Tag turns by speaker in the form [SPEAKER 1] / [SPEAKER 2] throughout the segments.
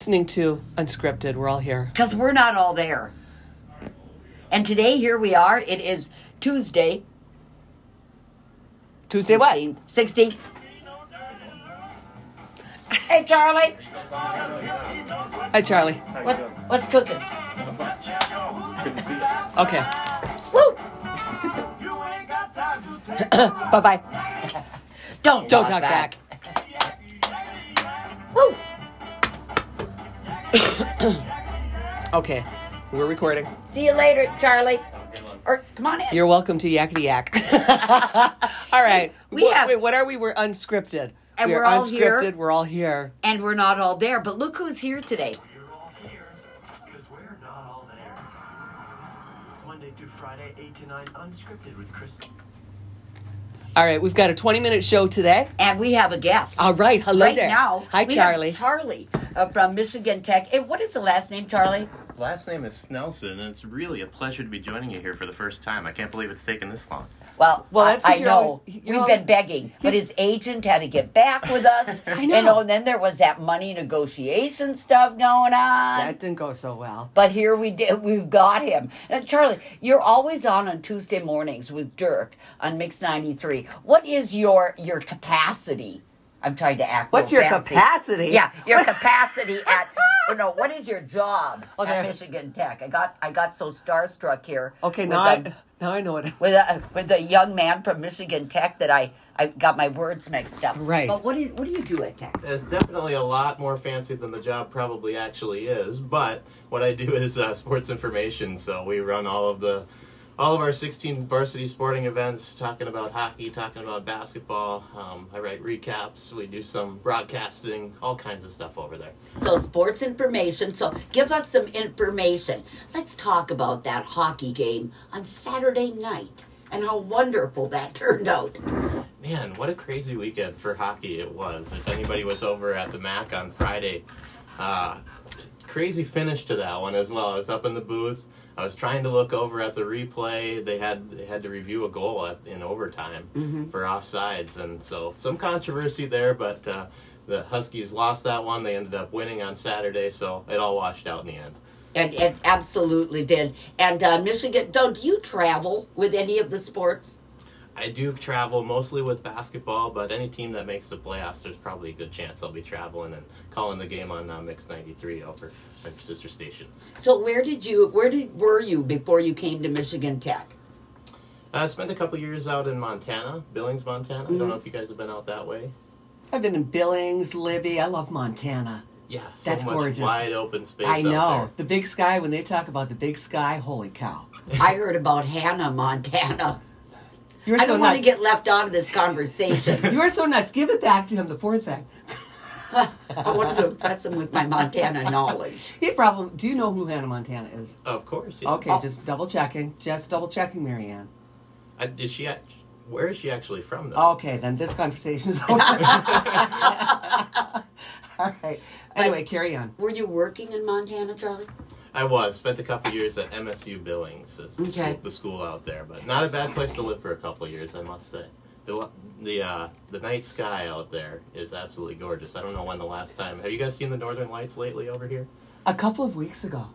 [SPEAKER 1] listening to Unscripted. We're all here.
[SPEAKER 2] because we're not all there. And today, here we are. It is Tuesday.
[SPEAKER 1] Tuesday what?
[SPEAKER 2] 16th. Hey, Charlie.
[SPEAKER 1] Hi, Charlie.
[SPEAKER 2] What, what's cooking?
[SPEAKER 1] Okay.
[SPEAKER 2] Woo!
[SPEAKER 1] Bye bye.
[SPEAKER 2] Don't,
[SPEAKER 1] Don't
[SPEAKER 2] talk,
[SPEAKER 1] talk
[SPEAKER 2] back.
[SPEAKER 1] back.
[SPEAKER 2] Woo!
[SPEAKER 1] Okay. We're recording.
[SPEAKER 2] See you later, Charlie. Or come on in.
[SPEAKER 1] You're welcome to Yakety Yak. all right.
[SPEAKER 2] We have-
[SPEAKER 1] Wait, what are we? We're unscripted.
[SPEAKER 2] And
[SPEAKER 1] we are
[SPEAKER 2] we're all here.
[SPEAKER 1] unscripted. We're all here.
[SPEAKER 2] and we're not all there, but look who's here today.
[SPEAKER 3] Because we're not all there. Monday through Friday, 8 to 9, unscripted with Chris.
[SPEAKER 1] All right. We've got a 20 minute show today.
[SPEAKER 2] And we have a guest.
[SPEAKER 1] All right. Oh, Hello
[SPEAKER 2] right
[SPEAKER 1] there.
[SPEAKER 2] now.
[SPEAKER 1] Hi,
[SPEAKER 2] we have
[SPEAKER 1] Charlie.
[SPEAKER 2] Charlie uh, from Michigan Tech. And what is the last name, Charlie?
[SPEAKER 4] Last name is Snelson, and it's really a pleasure to be joining you here for the first time. I can't believe it's taken this long.
[SPEAKER 2] Well,
[SPEAKER 1] Well,
[SPEAKER 2] I-
[SPEAKER 1] that's
[SPEAKER 2] I,
[SPEAKER 1] 'cause you're
[SPEAKER 2] know
[SPEAKER 1] always- you're
[SPEAKER 2] we've
[SPEAKER 1] always-
[SPEAKER 2] been begging, but
[SPEAKER 1] He's-
[SPEAKER 2] his agent had to get back with us.
[SPEAKER 1] I
[SPEAKER 2] You
[SPEAKER 1] know.
[SPEAKER 2] know, and then there was that money negotiation stuff going on.
[SPEAKER 1] That didn't go so well.
[SPEAKER 2] But here we did. We've got him. Now, Charlie, you're always on on Tuesday mornings with Dirk on Mix ninety three. What is your your capacity? I'm trying to act.
[SPEAKER 1] What's
[SPEAKER 2] real
[SPEAKER 1] your
[SPEAKER 2] fancy.
[SPEAKER 1] capacity?
[SPEAKER 2] Yeah, your capacity at. Oh, no, what is your job
[SPEAKER 1] Oh,
[SPEAKER 2] at
[SPEAKER 1] there.
[SPEAKER 2] Michigan Tech? I got I got so starstruck here.
[SPEAKER 1] Okay.
[SPEAKER 2] with
[SPEAKER 1] Now
[SPEAKER 2] the-
[SPEAKER 1] I, now I know what.
[SPEAKER 2] with a with a young man from Michigan Tech that I I got my words mixed up.
[SPEAKER 1] Right.
[SPEAKER 2] But what do you, what do you do at Tech?
[SPEAKER 4] It's definitely a lot more fancy than the job probably actually is, but what I do is uh, sports information, so we run all of the all of our 16 varsity sporting events, talking about hockey, talking about basketball. Um, I write recaps. We do some broadcasting, all kinds of stuff over there.
[SPEAKER 2] So sports information. So give us some information. Let's talk about that hockey game on Saturday night and how wonderful that turned out.
[SPEAKER 4] Man, what a crazy weekend for hockey it was. If anybody was over at the MAC on Friday, uh, crazy finish to that one as well. I was up in the booth. I was trying to look over at the replay. They had they had to review a goal at, in overtime for offsides, and so some controversy there. But uh, the Huskies lost that one. They ended up winning on Saturday, so it all washed out in the end.
[SPEAKER 2] And it absolutely did. And uh, Michigan, don't do you travel with any of the sports?
[SPEAKER 4] I do travel mostly with basketball, but any team that makes the playoffs, there's probably a good chance I'll be traveling and calling the game on uh, Mix 93 over my sister station.
[SPEAKER 2] So where did you where did were you before you came to Michigan Tech?
[SPEAKER 4] Uh, I spent a couple years out in Montana, Billings, Montana.
[SPEAKER 1] Mm-hmm.
[SPEAKER 4] I don't know if you guys have been out that way.
[SPEAKER 1] I've been in Billings, Libby. I love Montana.
[SPEAKER 4] Yeah, so
[SPEAKER 1] That's
[SPEAKER 4] much
[SPEAKER 1] gorgeous.
[SPEAKER 4] wide open space.
[SPEAKER 1] I
[SPEAKER 4] out
[SPEAKER 1] know.
[SPEAKER 4] there.
[SPEAKER 1] The big sky, when they talk about the big sky, holy cow.
[SPEAKER 2] I heard about Hannah, Montana.
[SPEAKER 1] You're
[SPEAKER 2] I
[SPEAKER 1] so
[SPEAKER 2] don't
[SPEAKER 1] nuts.
[SPEAKER 2] want to get left out of this conversation.
[SPEAKER 1] You're so nuts. Give it back to him, the poor thing.
[SPEAKER 2] I wanted to impress them with my Montana knowledge.
[SPEAKER 1] He probably. Do you know who Hannah Montana is?
[SPEAKER 4] Of course. Yeah.
[SPEAKER 1] Okay,
[SPEAKER 2] Oh.
[SPEAKER 1] just double checking. Just double checking, Marianne.
[SPEAKER 4] I, is she? act- Where is she actually from? Though?
[SPEAKER 1] Okay, then this conversation is over. All right. Anyway, carry on.
[SPEAKER 2] Were you working in Montana, Charlie?
[SPEAKER 4] I was spent a couple years at MSU Billings, it's the,
[SPEAKER 2] Okay.
[SPEAKER 4] school, the school out there, but not a bad place to live for a couple years, I must say. The lo- the uh, the night sky out there is absolutely gorgeous. I don't know when the last time. Have you guys seen the northern lights lately over here?
[SPEAKER 1] A couple of weeks ago.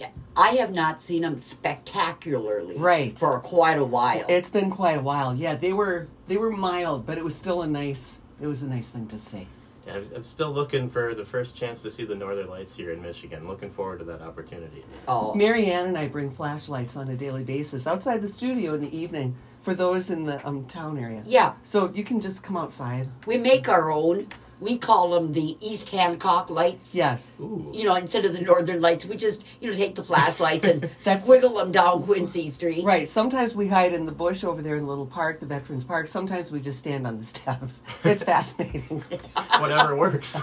[SPEAKER 2] Yeah. I have not seen them spectacularly
[SPEAKER 1] Right.
[SPEAKER 2] for quite a while.
[SPEAKER 1] It's been quite a while. Yeah, they were they were mild, but it was still a nice it was a nice thing to see.
[SPEAKER 4] I'm I'm still looking for the first chance to see the northern lights here in Michigan. Looking forward to that opportunity.
[SPEAKER 2] oh.
[SPEAKER 1] Marianne and I bring flashlights on a daily basis outside the studio in the evening for those in the um, town area.
[SPEAKER 2] Yeah.
[SPEAKER 1] So you can just come outside.
[SPEAKER 2] We make our own. We call them the East Hancock lights.
[SPEAKER 1] Yes.
[SPEAKER 4] Ooh,
[SPEAKER 2] You know, instead of the northern lights, we just, you know, take the flashlights and
[SPEAKER 1] That's-
[SPEAKER 2] squiggle them down Quincy Street.
[SPEAKER 1] Right. Sometimes we hide in the bush over there in the little park, the Veterans Park. Sometimes we just stand on the steps. It's fascinating.
[SPEAKER 4] whatever works.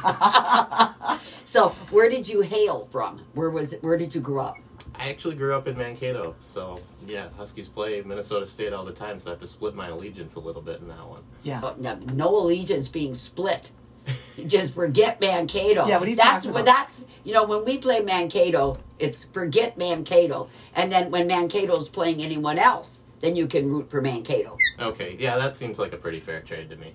[SPEAKER 2] So, where did you hail from? Where was where did you grow up?
[SPEAKER 4] I actually grew up in Mankato, so yeah, Huskies play Minnesota State all the time, so I have to split my allegiance a little bit in that one.
[SPEAKER 1] yeah.
[SPEAKER 2] Oh, no, no allegiance being split. You Just forget Mankato.
[SPEAKER 1] Yeah, what are you
[SPEAKER 2] that's
[SPEAKER 1] talking
[SPEAKER 2] what-
[SPEAKER 1] about?
[SPEAKER 2] that's you know when we play Mankato, it's forget Mankato, and then when Mankato's playing anyone else, then you can root for Mankato.
[SPEAKER 4] Okay, yeah, that seems like a pretty fair trade to me.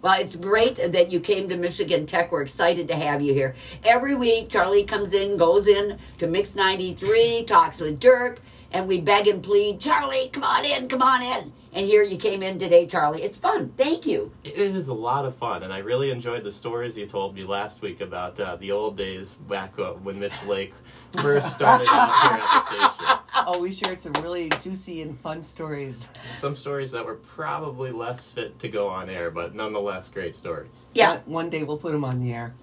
[SPEAKER 2] Well, it's great that you came to Michigan Tech. We're excited to have you here. Every week, Charlie comes in, goes in to Mix 93, talks with Dirk, and we beg and plead, Charlie, come on in, come on in. And here you came in today, Charlie. It's fun. Thank you.
[SPEAKER 4] It is a lot of fun, and I really enjoyed the stories you told me last week about uh, the old days back uh, when Mitch Lake first started out here at the station.
[SPEAKER 1] Oh, we shared some really juicy and fun stories.
[SPEAKER 4] Some stories that were probably less fit to go on air, but nonetheless great stories.
[SPEAKER 2] Yeah.
[SPEAKER 1] One- One day we'll put them on the air.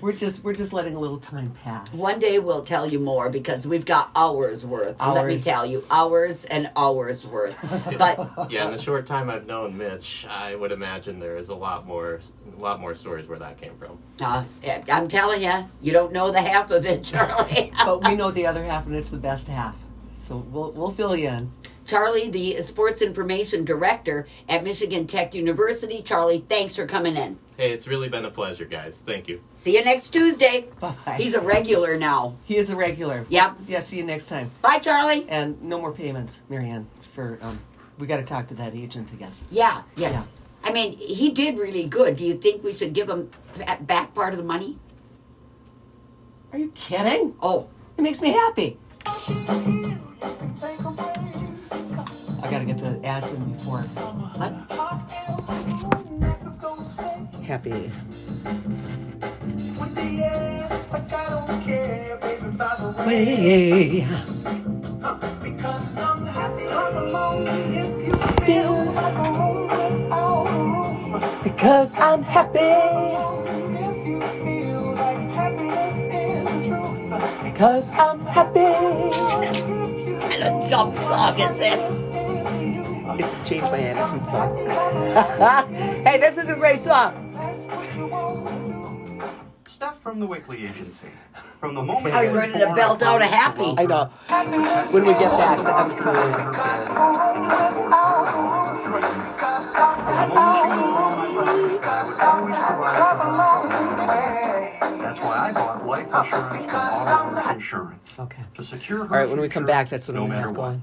[SPEAKER 1] we're just we're just letting a little time pass.
[SPEAKER 2] One day we'll tell you more because we've got hours worth. Let me
[SPEAKER 1] Hours.
[SPEAKER 2] tell you, hours and hours worth. But
[SPEAKER 4] Yeah, in the short time I've known Mitch, I would imagine there is a lot more, a lot more stories where that came from.
[SPEAKER 2] uh, I'm telling you, you don't know the half of it, Charlie.
[SPEAKER 1] But we know the other half, and it's the best half. So we'll we'll fill you in.
[SPEAKER 2] Charlie, the sports information director at Michigan Tech University. Charlie, thanks for coming in.
[SPEAKER 4] Hey, it's really been a pleasure, guys. Thank you.
[SPEAKER 2] See you next Tuesday.
[SPEAKER 1] Bye bye.
[SPEAKER 2] He's a regular now.
[SPEAKER 1] he is a regular.
[SPEAKER 2] Yep.
[SPEAKER 1] Yeah. See you next time.
[SPEAKER 2] Bye, Charlie.
[SPEAKER 1] And no more payments, Marianne. For um, we got to talk to that agent again.
[SPEAKER 2] Yeah, yeah,
[SPEAKER 1] Yeah.
[SPEAKER 2] I mean, he did really good. Do you think we should give him ba- back part of the money?
[SPEAKER 1] Are you kidding?
[SPEAKER 2] Oh,
[SPEAKER 1] It makes me happy.
[SPEAKER 5] Take a break.
[SPEAKER 1] I gotta get the ads in before.
[SPEAKER 2] what?
[SPEAKER 5] Hot air, never goes away.
[SPEAKER 1] Happy.
[SPEAKER 5] With the air, like I don't care, baby, by the way.
[SPEAKER 1] Way.
[SPEAKER 5] Because I'm happy I'm alone. If you feel like a room without a roof,
[SPEAKER 1] Because I'm happy.
[SPEAKER 5] if you feel like happiness is the truth,
[SPEAKER 1] Because I'm happy.
[SPEAKER 5] if you
[SPEAKER 2] What kind of dumb song is this?
[SPEAKER 5] feel you.
[SPEAKER 1] It's changed my attitude song. hey, this is a great song.
[SPEAKER 6] Stuff from the Wickley Agency. From the moment
[SPEAKER 2] I
[SPEAKER 6] you were
[SPEAKER 2] ready to
[SPEAKER 6] born
[SPEAKER 2] belt out a
[SPEAKER 6] upon
[SPEAKER 2] happy.
[SPEAKER 6] the
[SPEAKER 2] I
[SPEAKER 1] know. When we get back, I'm coming.
[SPEAKER 6] world. That's why I bought life insurance and auto insurance.
[SPEAKER 1] Okay.
[SPEAKER 6] To secure her
[SPEAKER 1] All right, when we come
[SPEAKER 6] future,
[SPEAKER 1] back, that's what
[SPEAKER 6] no
[SPEAKER 1] I'm gonna
[SPEAKER 6] matter
[SPEAKER 1] have
[SPEAKER 6] what.
[SPEAKER 1] going.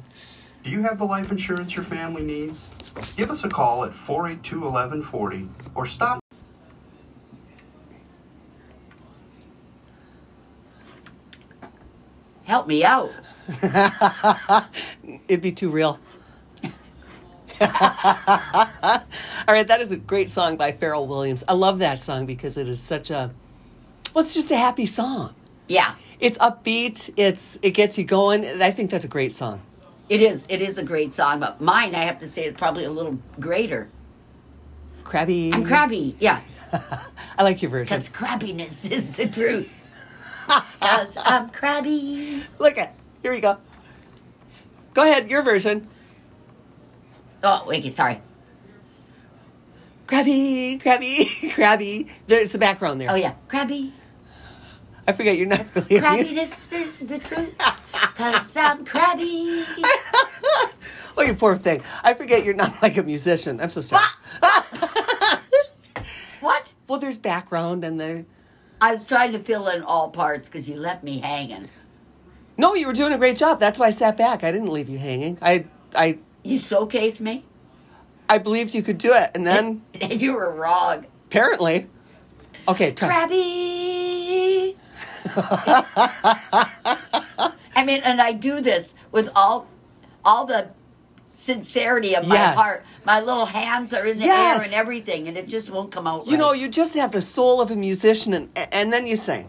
[SPEAKER 6] Do you have the life insurance your family needs? Give us a call at 482 1140 or stop
[SPEAKER 2] Help me out.
[SPEAKER 1] It'd be too real. All right, that is a great song by Pharrell Williams. I love that song because it is such a well, it's just a happy song.
[SPEAKER 2] Yeah,
[SPEAKER 1] It's upbeat. It's it gets you going. and I think that's a great song.
[SPEAKER 2] it is. It is a great song, but mine, I have to say, is probably a little greater.
[SPEAKER 1] Crabby.
[SPEAKER 2] I'm crabby. Yeah,
[SPEAKER 1] I like your version.
[SPEAKER 2] because crabbiness is the truth. Because I'm crabby.
[SPEAKER 1] Look at here we go. Go ahead, your version.
[SPEAKER 2] Oh, wait, sorry.
[SPEAKER 1] Crabby, crabby, crabby. There's the background there.
[SPEAKER 2] Oh, yeah. Crabby.
[SPEAKER 1] I forget you're not really.
[SPEAKER 2] Crabbiness is the truth. Because I'm crabby.
[SPEAKER 1] Oh, you poor thing. I forget you're not like a musician. I'm so sorry.
[SPEAKER 2] What?
[SPEAKER 1] Well, there's background and the.
[SPEAKER 2] I was trying to fill in all parts because you left me hanging.
[SPEAKER 1] No, you were doing a great job. That's why I sat back. I didn't leave you hanging. I, I,
[SPEAKER 2] You showcased me,
[SPEAKER 1] I believed you could do it, and then
[SPEAKER 2] and you were wrong.
[SPEAKER 1] apparently, okay, try.
[SPEAKER 2] Crabby. I mean, and I do this with all, all the sincerity of my
[SPEAKER 1] Yes.
[SPEAKER 2] heart. My little hands are in the
[SPEAKER 1] Yes.
[SPEAKER 2] air and everything, and it just won't come out.
[SPEAKER 1] You know,
[SPEAKER 2] right.
[SPEAKER 1] you just have the soul of a musician, and and then you sing,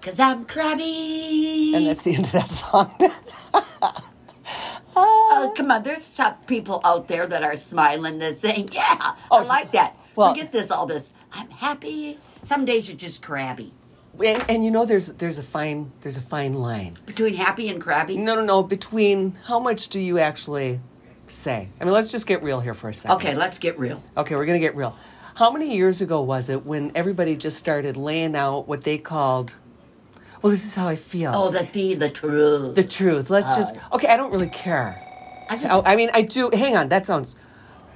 [SPEAKER 2] Cause I'm crabby.
[SPEAKER 1] and that's the end of that song.
[SPEAKER 2] oh, come on, there's some people out there that are smiling that saying, "Yeah, I
[SPEAKER 1] Oh,
[SPEAKER 2] like that."
[SPEAKER 1] well-
[SPEAKER 2] Forget this, all this. I'm happy. Some days you're just crabby.
[SPEAKER 1] and, and you know, there's there's a fine there's a fine line.
[SPEAKER 2] Between happy and crabby.
[SPEAKER 1] No, no, no. Between how much do you actually say? I mean, let's just get real here for a second.
[SPEAKER 2] Okay, let's get real.
[SPEAKER 1] Okay, we're going to get real. How many years ago was it when everybody just started laying out what they called, well, this is how I feel?
[SPEAKER 2] Oh, that be the Uh, truth.
[SPEAKER 1] the truth. Let's just, okay, I don't really care.
[SPEAKER 2] I just
[SPEAKER 1] Oh, I mean, I do, hang on, that sounds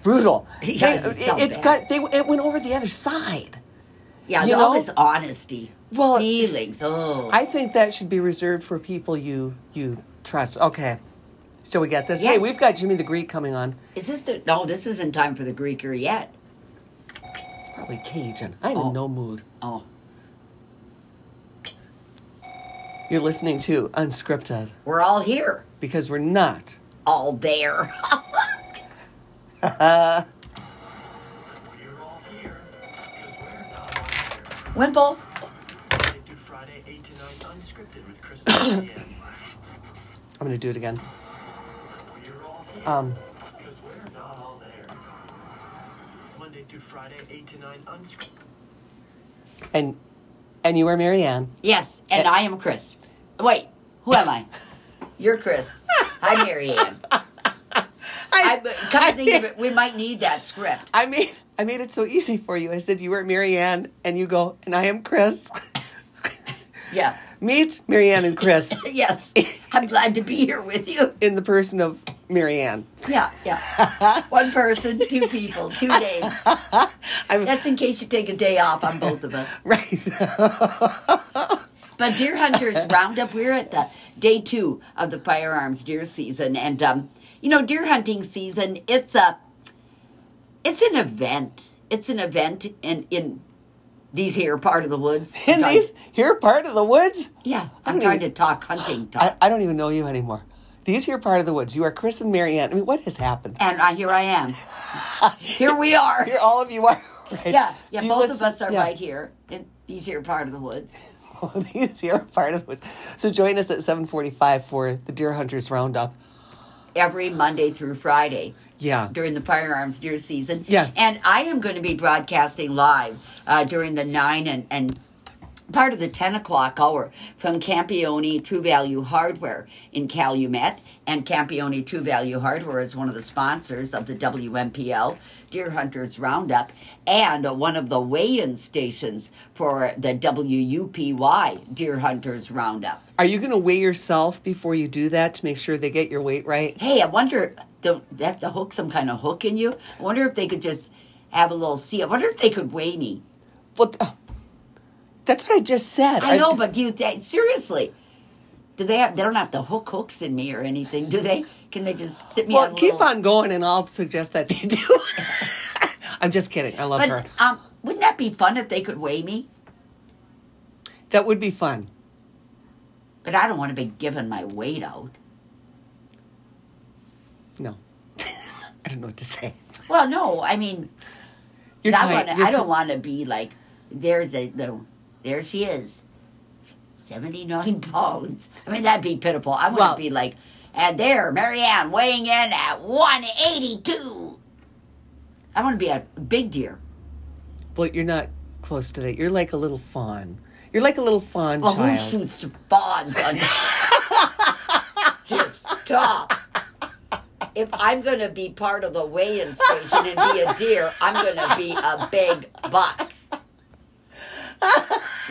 [SPEAKER 1] brutal.
[SPEAKER 2] Yeah,
[SPEAKER 1] Hang-
[SPEAKER 2] you
[SPEAKER 1] it-
[SPEAKER 2] sound
[SPEAKER 1] it's
[SPEAKER 2] bad.
[SPEAKER 1] got, they, it went over the other side.
[SPEAKER 2] yeah,
[SPEAKER 1] you
[SPEAKER 2] all
[SPEAKER 1] know-
[SPEAKER 2] this honesty.
[SPEAKER 1] Well-
[SPEAKER 2] feelings. Oh,
[SPEAKER 1] I think that should be reserved for people you you trust. Okay. So we got this. Hey,
[SPEAKER 2] Yes.
[SPEAKER 1] we've got Jimmy the Greek coming on.
[SPEAKER 2] Is this the no? This isn't time for the Greeker yet.
[SPEAKER 1] It's probably Cajun. I'm
[SPEAKER 2] Oh.
[SPEAKER 1] in no mood.
[SPEAKER 2] Oh,
[SPEAKER 1] You're listening to Unscripted
[SPEAKER 2] we're all here,
[SPEAKER 1] because we're not.
[SPEAKER 2] all there.
[SPEAKER 3] We're all here because we're not all there.
[SPEAKER 2] Wimple,
[SPEAKER 3] Monday through Friday, 8 to 9, unscripted with Chris and Ian.
[SPEAKER 1] I'm going to do it again.
[SPEAKER 3] We're all here
[SPEAKER 1] Um,
[SPEAKER 3] because we're not all there. Monday through Friday, 8 to 9, unscripted.
[SPEAKER 1] and and you are Marianne.
[SPEAKER 2] yes, and
[SPEAKER 1] Eh.
[SPEAKER 2] I am Chris. Wait, who am I? You're Chris. I'm Mary Ann. I kind of think of it, we might need that script.
[SPEAKER 1] I made I made it so easy for you. I said you were Marianne, and you go, and I am Chris.
[SPEAKER 2] Yeah.
[SPEAKER 1] Meet Marianne and Chris
[SPEAKER 2] Yes. I'm glad to be here with you.
[SPEAKER 1] in the person of Marianne.
[SPEAKER 2] Yeah, yeah. One person, two people, two days.
[SPEAKER 1] I'm
[SPEAKER 2] That's in case you take a day off on both of us.
[SPEAKER 1] right.
[SPEAKER 2] But deer hunters roundup, we're at the day two of the firearms deer season, and um, you know, deer hunting season. It's a, it's an event. It's an event in in these here part of the woods. I'm
[SPEAKER 1] in
[SPEAKER 2] trying-
[SPEAKER 1] these here part of the woods.
[SPEAKER 2] yeah,
[SPEAKER 1] don't
[SPEAKER 2] I'm trying
[SPEAKER 1] even-
[SPEAKER 2] to talk hunting talk,
[SPEAKER 1] I, I don't even know you anymore. These here part of the woods. You are Chris and Marianne. I mean, what has happened?
[SPEAKER 2] and I, here I am. Here we are.
[SPEAKER 1] Here, all of you are. Right?
[SPEAKER 2] yeah, yeah.
[SPEAKER 1] Do you
[SPEAKER 2] Both of
[SPEAKER 1] listen-
[SPEAKER 2] us are
[SPEAKER 1] yeah.
[SPEAKER 2] right here in these here part of the woods.
[SPEAKER 1] these here are part of the woods. So join us at seven forty-five for the Deer Hunters Roundup.
[SPEAKER 2] every Monday through Friday.
[SPEAKER 1] Yeah.
[SPEAKER 2] During the firearms deer season.
[SPEAKER 1] Yeah.
[SPEAKER 2] And I am going to be broadcasting live uh, during the 9 and, and part of the 10 o'clock hour from Campione True Value Hardware in Calumet. And Campione True Value Hardware is one of the sponsors of the WMPL Deer Hunters Roundup and one of the weigh in stations for the WUPY Deer Hunters Roundup.
[SPEAKER 1] Are you going to weigh yourself before you do that to make sure they get your weight right?
[SPEAKER 2] hey, I wonder, do they have to hook some kind of hook in you? I wonder if they could just have a little see. I wonder if they could weigh me.
[SPEAKER 1] Well, th- oh, that's what I just said.
[SPEAKER 2] I know, but do you think, seriously, do they have, they don't have to hook hooks in me or anything, do they? Can they just sit me
[SPEAKER 1] Well,
[SPEAKER 2] on a
[SPEAKER 1] keep
[SPEAKER 2] little-
[SPEAKER 1] on going, and I'll suggest that they do. I'm just kidding. I love her.
[SPEAKER 2] But um, wouldn't that be fun if they could weigh me?
[SPEAKER 1] That would be fun.
[SPEAKER 2] But I don't want to be giving my weight out.
[SPEAKER 1] No, I don't know what to say.
[SPEAKER 2] Well, no, I mean,
[SPEAKER 1] You're
[SPEAKER 2] I,
[SPEAKER 1] tight.
[SPEAKER 2] wanna,
[SPEAKER 1] You're
[SPEAKER 2] I don't
[SPEAKER 1] ti-
[SPEAKER 2] want to be like, there's a, the, there she is, 79 pounds. I mean, that'd be pitiful. I want to
[SPEAKER 1] Well-
[SPEAKER 2] be like, and there, Marianne weighing in at 182. I want to be a big deer.
[SPEAKER 1] Well, you're not close to that. You're like a little fawn. You're like a little fawn
[SPEAKER 2] Well,
[SPEAKER 1] child.
[SPEAKER 2] who shoots fawns on Just stop. If I'm going to be part of the weigh-in station and be a deer, I'm going to be a big buck.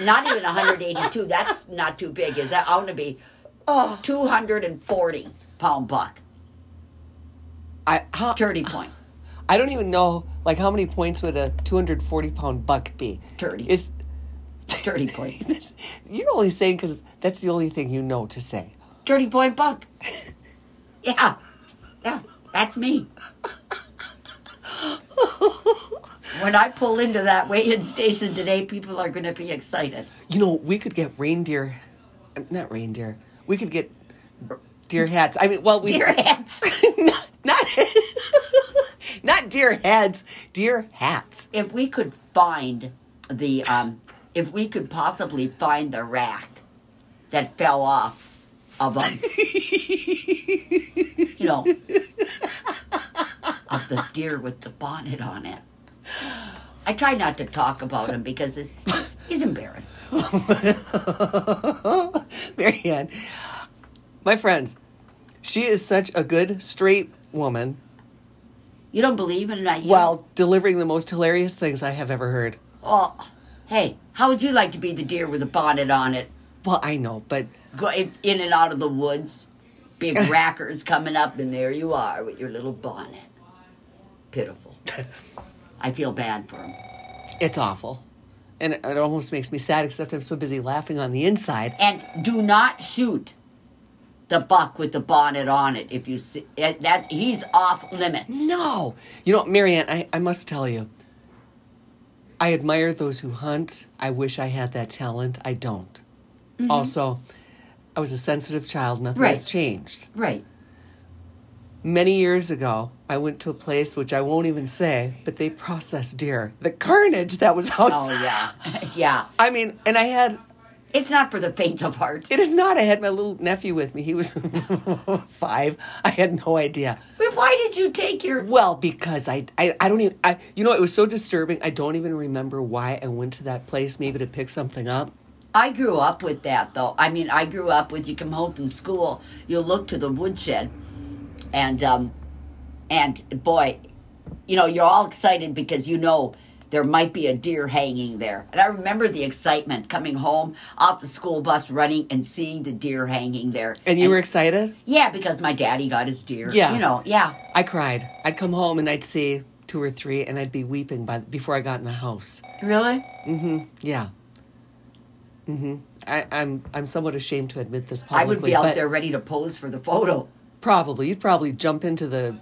[SPEAKER 2] Not even 182. That's not too big, is that? I want to be 240 pound buck.
[SPEAKER 1] I how,
[SPEAKER 2] 30 point.
[SPEAKER 1] I don't even know like how many points would a 240 pound buck be?
[SPEAKER 2] 30.
[SPEAKER 1] Is
[SPEAKER 2] 30 point.
[SPEAKER 1] you're only saying because that's the only thing you know to say.
[SPEAKER 2] 30 point buck. Yeah. Yeah. That's me. When I pull into that weigh in station today, people are going to be excited.
[SPEAKER 1] You know, we could get reindeer, uh, not reindeer. We could get deer hats. I mean, well, we
[SPEAKER 2] Dear heads.
[SPEAKER 1] not not, not deer heads, deer hats.
[SPEAKER 2] If we could find the, um, if we could possibly find the rack that fell off of um, you know, of the deer with the bonnet on it. I try not to talk about him because he's, he's embarrassed.
[SPEAKER 1] Marianne, my friends, she is such a good straight woman
[SPEAKER 2] You don't believe in that? You
[SPEAKER 1] while delivering the most hilarious things I have ever heard.
[SPEAKER 2] well, Oh, hey, how would you like to be the deer with a bonnet on it,
[SPEAKER 1] Well, I know, but
[SPEAKER 2] go in in and out of the woods, big rackers coming up, and there you are with your little bonnet. Pitiful. I feel bad for him.
[SPEAKER 1] it's awful. And it it almost makes me sad, except I'm so busy laughing on the inside.
[SPEAKER 2] And do not shoot the buck with the bonnet on it. If you see eh, that, he's off limits.
[SPEAKER 1] No. You know, Marianne, I, I must tell you, I admire those who hunt. I wish I had that talent. I don't. Also, I was a sensitive child. Nothing has
[SPEAKER 2] Mm-hmm. Right.
[SPEAKER 1] changed.
[SPEAKER 2] Right.
[SPEAKER 1] Many years ago, I went to a place which I won't even say, but they processed deer. The carnage that was
[SPEAKER 2] Oh
[SPEAKER 1] outside.
[SPEAKER 2] yeah, yeah.
[SPEAKER 1] I mean, and I had
[SPEAKER 2] It's not for the faint of heart.
[SPEAKER 1] It is not. I had my little nephew with me. He was five. I had no idea.
[SPEAKER 2] But why did you take your?
[SPEAKER 1] Well, because I, I, I don't even, I, you know, it was so disturbing. I don't even remember why I went to that place, maybe to pick something up.
[SPEAKER 2] I grew up with that though. I mean, I grew up with you come home from school, you look to the woodshed, and um, and boy, you know you're all excited because you know there might be a deer hanging there. And I remember the excitement coming home off the school bus, running and seeing the deer hanging there.
[SPEAKER 1] And you were excited?
[SPEAKER 2] yeah, because my daddy got his deer.
[SPEAKER 1] Yes.
[SPEAKER 2] you know, yeah.
[SPEAKER 1] I cried. I'd come home and I'd see two or three and I'd be weeping by, before I got in the house.
[SPEAKER 2] Really?
[SPEAKER 1] Yeah. Mm-hmm. I, I'm, I'm somewhat ashamed to admit this publicly.
[SPEAKER 2] I would be out
[SPEAKER 1] but
[SPEAKER 2] there ready to pose for the photo.
[SPEAKER 1] Probably. You'd probably jump into the.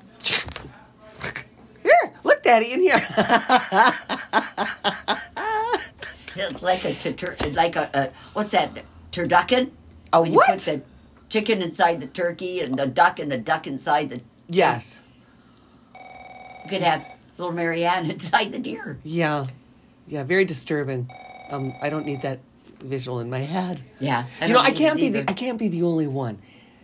[SPEAKER 1] Here, look, Daddy, in here.
[SPEAKER 2] It's like a tur- like a, a what's that turducken?
[SPEAKER 1] A
[SPEAKER 2] When You
[SPEAKER 1] what?
[SPEAKER 2] put the chicken inside the turkey and the duck and the duck inside the.
[SPEAKER 1] yes.
[SPEAKER 2] You could have little Marianne inside the deer.
[SPEAKER 1] Yeah. Yeah, very disturbing. Um, I don't need that visual in my head.
[SPEAKER 2] Yeah, I
[SPEAKER 1] you know,
[SPEAKER 2] don't
[SPEAKER 1] I
[SPEAKER 2] need
[SPEAKER 1] can't
[SPEAKER 2] it
[SPEAKER 1] be the
[SPEAKER 2] either.
[SPEAKER 1] I can't be the only one.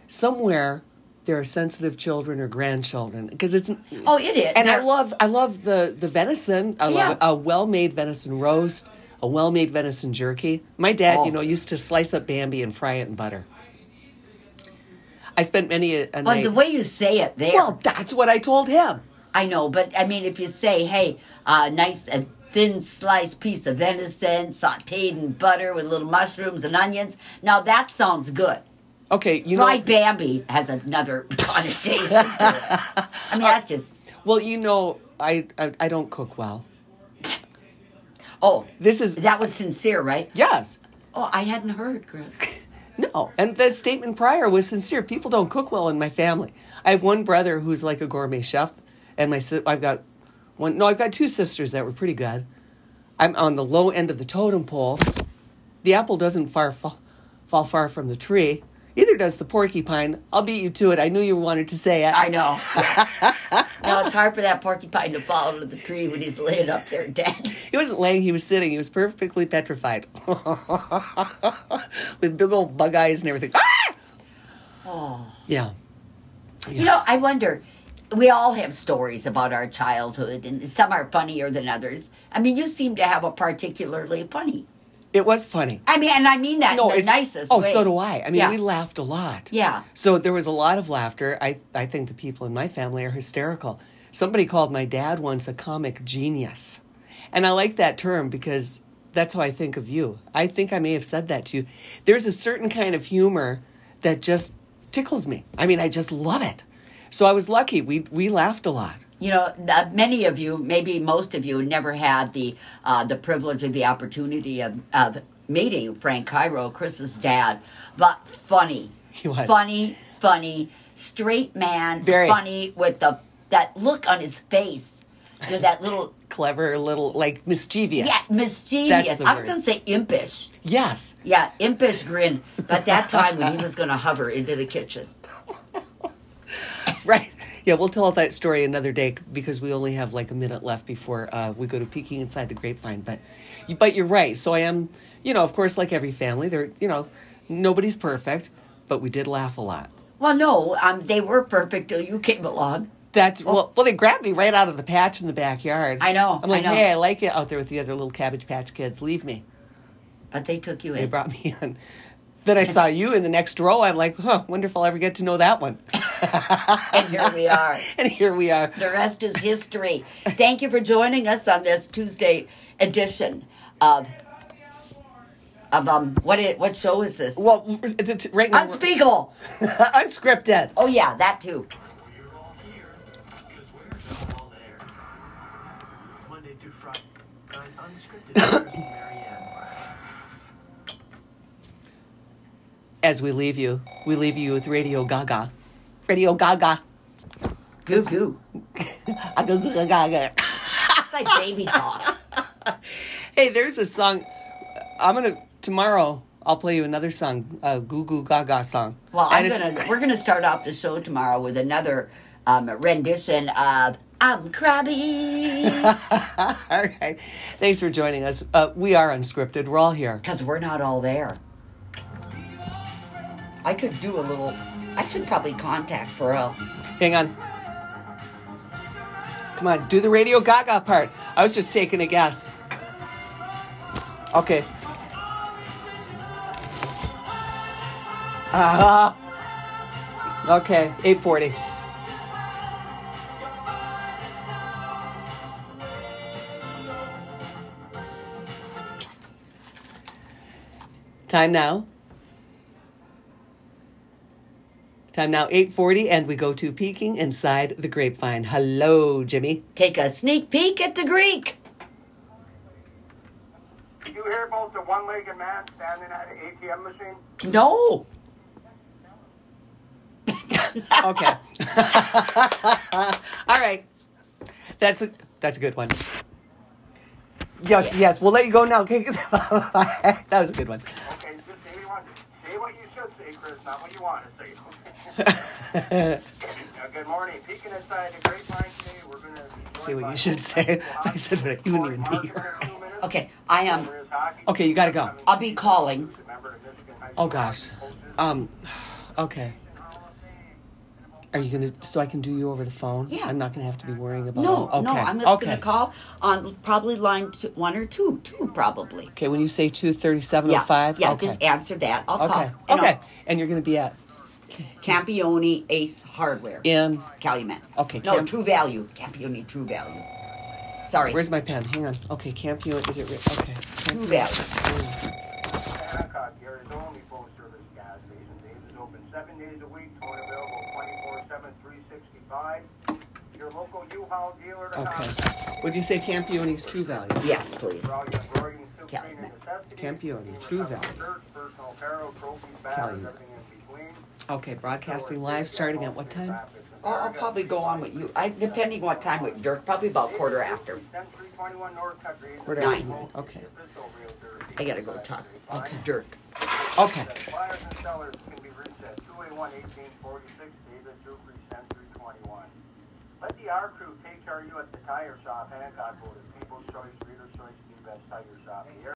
[SPEAKER 1] Somewhere there are sensitive children or grandchildren because it's
[SPEAKER 2] Oh, it is.
[SPEAKER 1] and I
[SPEAKER 2] There-
[SPEAKER 1] love I love the the venison. I love
[SPEAKER 2] Yeah.
[SPEAKER 1] a well-made venison roast, a well-made venison jerky. My dad, you
[SPEAKER 2] Oh.
[SPEAKER 1] know, used to slice up Bambi and fry it in butter. I spent many a, a
[SPEAKER 2] But
[SPEAKER 1] night.
[SPEAKER 2] the way you say it there,
[SPEAKER 1] well, that's what I told him.
[SPEAKER 2] I know. But I mean, if you say, "Hey, uh, nice a thin sliced piece of venison sautéed in butter with little mushrooms and onions," now that sounds good.
[SPEAKER 1] Okay, you know
[SPEAKER 2] Fried Bambi has another connotation. to it. I mean, that's just
[SPEAKER 1] Well, you know, I, I I don't cook well.
[SPEAKER 2] oh.
[SPEAKER 1] This is
[SPEAKER 2] That was sincere, right?
[SPEAKER 1] yes,
[SPEAKER 2] Oh, I hadn't heard, Chris.
[SPEAKER 1] no, and the statement prior was sincere. People don't cook well in my family. I have one brother who's like a gourmet chef, and my si- I've got one. No, I've got two sisters that were pretty good. I'm on the low end of the totem pole. The apple doesn't far fall, fall far from the tree. Either does the porcupine. I'll beat you to it. I knew you wanted to say it.
[SPEAKER 2] I know. now it's hard for that porcupine to fall out of the tree when he's laying up there dead.
[SPEAKER 1] He wasn't laying, he was sitting. He was perfectly petrified. With big old bug eyes and everything. Ah!
[SPEAKER 2] Oh.
[SPEAKER 1] Yeah.
[SPEAKER 2] You know, I wonder. We all have stories about our childhood, and some are funnier than others. I mean, you seem to have a particularly funny.
[SPEAKER 1] It was funny.
[SPEAKER 2] I mean, and I mean that
[SPEAKER 1] No,
[SPEAKER 2] in the
[SPEAKER 1] it's
[SPEAKER 2] nicest
[SPEAKER 1] Oh,
[SPEAKER 2] way.
[SPEAKER 1] so do I. I mean,
[SPEAKER 2] Yeah.
[SPEAKER 1] we laughed a lot.
[SPEAKER 2] Yeah.
[SPEAKER 1] So there was a lot of laughter. I, I think the people in my family are hysterical. Somebody called my dad once a comic genius. And I like that term because that's how I think of you. I think I may have said that to you. There's a certain kind of humor that just tickles me. I mean, I just love it. So I was lucky. We, we laughed a lot.
[SPEAKER 2] you know uh, many of you maybe most of you never had the uh, the privilege or the opportunity of, of meeting frank cairo chris's dad but funny
[SPEAKER 1] He was.
[SPEAKER 2] funny funny straight man
[SPEAKER 1] Very.
[SPEAKER 2] funny with the that look on his face you know, that little
[SPEAKER 1] Clever little, like mischievous.
[SPEAKER 2] yeah, mischievous
[SPEAKER 1] That's the
[SPEAKER 2] i
[SPEAKER 1] word.
[SPEAKER 2] was going to say impish
[SPEAKER 1] Yes.
[SPEAKER 2] yeah impish grin but that time when he was going to hover into the kitchen
[SPEAKER 1] Right. Yeah, we'll tell that story another day because we only have like a minute left before uh, we go to peeking inside the grapevine. But, but you're right. So I am, you know, of course, like every family, there, you know, nobody's perfect, but we did laugh a lot.
[SPEAKER 2] well no um, they were perfect till you came along
[SPEAKER 1] That's well, well, they grabbed me right out of the patch in the backyard.
[SPEAKER 2] Oh. I know,
[SPEAKER 1] I'm like,
[SPEAKER 2] I know.
[SPEAKER 1] hey, I like it out there with the other little Cabbage Patch kids. Leave me.
[SPEAKER 2] but they took you
[SPEAKER 1] They
[SPEAKER 2] in
[SPEAKER 1] brought me in. Then I saw you in the next row. I'm like, huh, wonder if I'll ever get to know that one.
[SPEAKER 2] and here we are
[SPEAKER 1] and here we are.
[SPEAKER 2] The rest is history. Thank you for joining us on this Tuesday edition of of um what is, what show is this?
[SPEAKER 1] Well, it's- it's- right now, we're-
[SPEAKER 2] Unspeakable.
[SPEAKER 1] unscripted.
[SPEAKER 2] Oh yeah, that too.
[SPEAKER 3] We're all here because we're not all there. Monday through Friday, nine unscripted Chris and Marianne.
[SPEAKER 1] As we leave you, we leave you with Radio Gaga. Radio Gaga.
[SPEAKER 2] Goo goo.
[SPEAKER 1] Gaga.
[SPEAKER 2] It's like baby talk.
[SPEAKER 1] Hey, there's a song. I'm gonna tomorrow. I'll play you another song, a Goo Goo Gaga song.
[SPEAKER 2] Well, I'm
[SPEAKER 1] And it's-
[SPEAKER 2] gonna we're gonna start off the show tomorrow with another um, rendition of "I'm Krabby"
[SPEAKER 1] All right. Thanks for joining us. Uh, we are unscripted. We're all here.
[SPEAKER 2] because we're not all there. I could do a little. I should probably contact Pharrell.
[SPEAKER 1] Hang on. Come on, do the Radio Gaga part. I was just taking a guess. Okay. Uh, okay, 840. Time now. Time now 8:40 and we go to peeking inside the grapevine. Hello, Jimmy.
[SPEAKER 2] Take a sneak peek at the Greek.
[SPEAKER 7] Did you hear about the one-legged man standing at an ATM machine?
[SPEAKER 2] No,
[SPEAKER 1] Okay. All right. That's a that's a good one. Yes, yes. We'll let you go now. Okay. that was a good one.
[SPEAKER 7] Okay, just say what you want. Say what you should say, Chris, not what you want to say. now, good morning. Peeking inside the grapevine today, we're going to...
[SPEAKER 1] Say what you should say. I said what you wouldn't even be here.
[SPEAKER 2] Okay, I am.
[SPEAKER 1] Okay, you gotta go.
[SPEAKER 2] I'll be calling.
[SPEAKER 1] Oh gosh. Um. Okay. Are you gonna? So I can do you over the phone?
[SPEAKER 2] Yeah.
[SPEAKER 1] I'm not gonna have to be worrying about.
[SPEAKER 2] No,
[SPEAKER 1] all-
[SPEAKER 2] no,
[SPEAKER 1] Uh-huh. okay.
[SPEAKER 2] I'm just
[SPEAKER 1] okay.
[SPEAKER 2] gonna call on probably line two, one or two, two probably.
[SPEAKER 1] Okay. When you say two thirty-seven
[SPEAKER 2] Yeah,
[SPEAKER 1] oh five.
[SPEAKER 2] yeah.
[SPEAKER 1] Okay.
[SPEAKER 2] Just answer that. I'll
[SPEAKER 1] Okay.
[SPEAKER 2] call. And
[SPEAKER 1] okay.
[SPEAKER 2] I'll-
[SPEAKER 1] And you're gonna be at
[SPEAKER 2] Campione Ace Hardware
[SPEAKER 1] in.
[SPEAKER 2] Calumet.
[SPEAKER 1] Okay,
[SPEAKER 2] No,
[SPEAKER 1] Cam-
[SPEAKER 2] True Value. Campione True Value. Sorry.
[SPEAKER 1] Where's my pen? Hang on. Okay, Camp Hewitt, is it real? Okay.
[SPEAKER 2] True Value?
[SPEAKER 1] Uh.
[SPEAKER 7] Arizona phone service gas station. Dave's is open seven days a week, phone available 24-7, 365. Your local U-Haul dealer to contact
[SPEAKER 1] Okay. Would you say Campione's true value?
[SPEAKER 2] Yes, please.
[SPEAKER 7] for all your embroidery and silk
[SPEAKER 2] Calumet.
[SPEAKER 7] cleaning necessities.
[SPEAKER 1] Campione, True Value.
[SPEAKER 7] Shirts, personal apparel, trophies, bags,
[SPEAKER 1] Calumet.
[SPEAKER 7] everything in between.
[SPEAKER 1] Okay, broadcasting live starting at what time?
[SPEAKER 2] I'll, I'll probably go on with you. I depending what time with Dirk. Probably about quarter after.
[SPEAKER 1] Quarter
[SPEAKER 2] Nine.
[SPEAKER 1] after nine. Okay.
[SPEAKER 2] I gotta go talk
[SPEAKER 1] Okay.
[SPEAKER 2] to Dirk.
[SPEAKER 1] Okay.
[SPEAKER 7] Buyers and sellers can be reached at 281-1846, Davis Dupree, 10321. Let the R Crew take care of you at the tire shop, Hancock Road, People's Choice, Reader's Choice, the best tire shop here.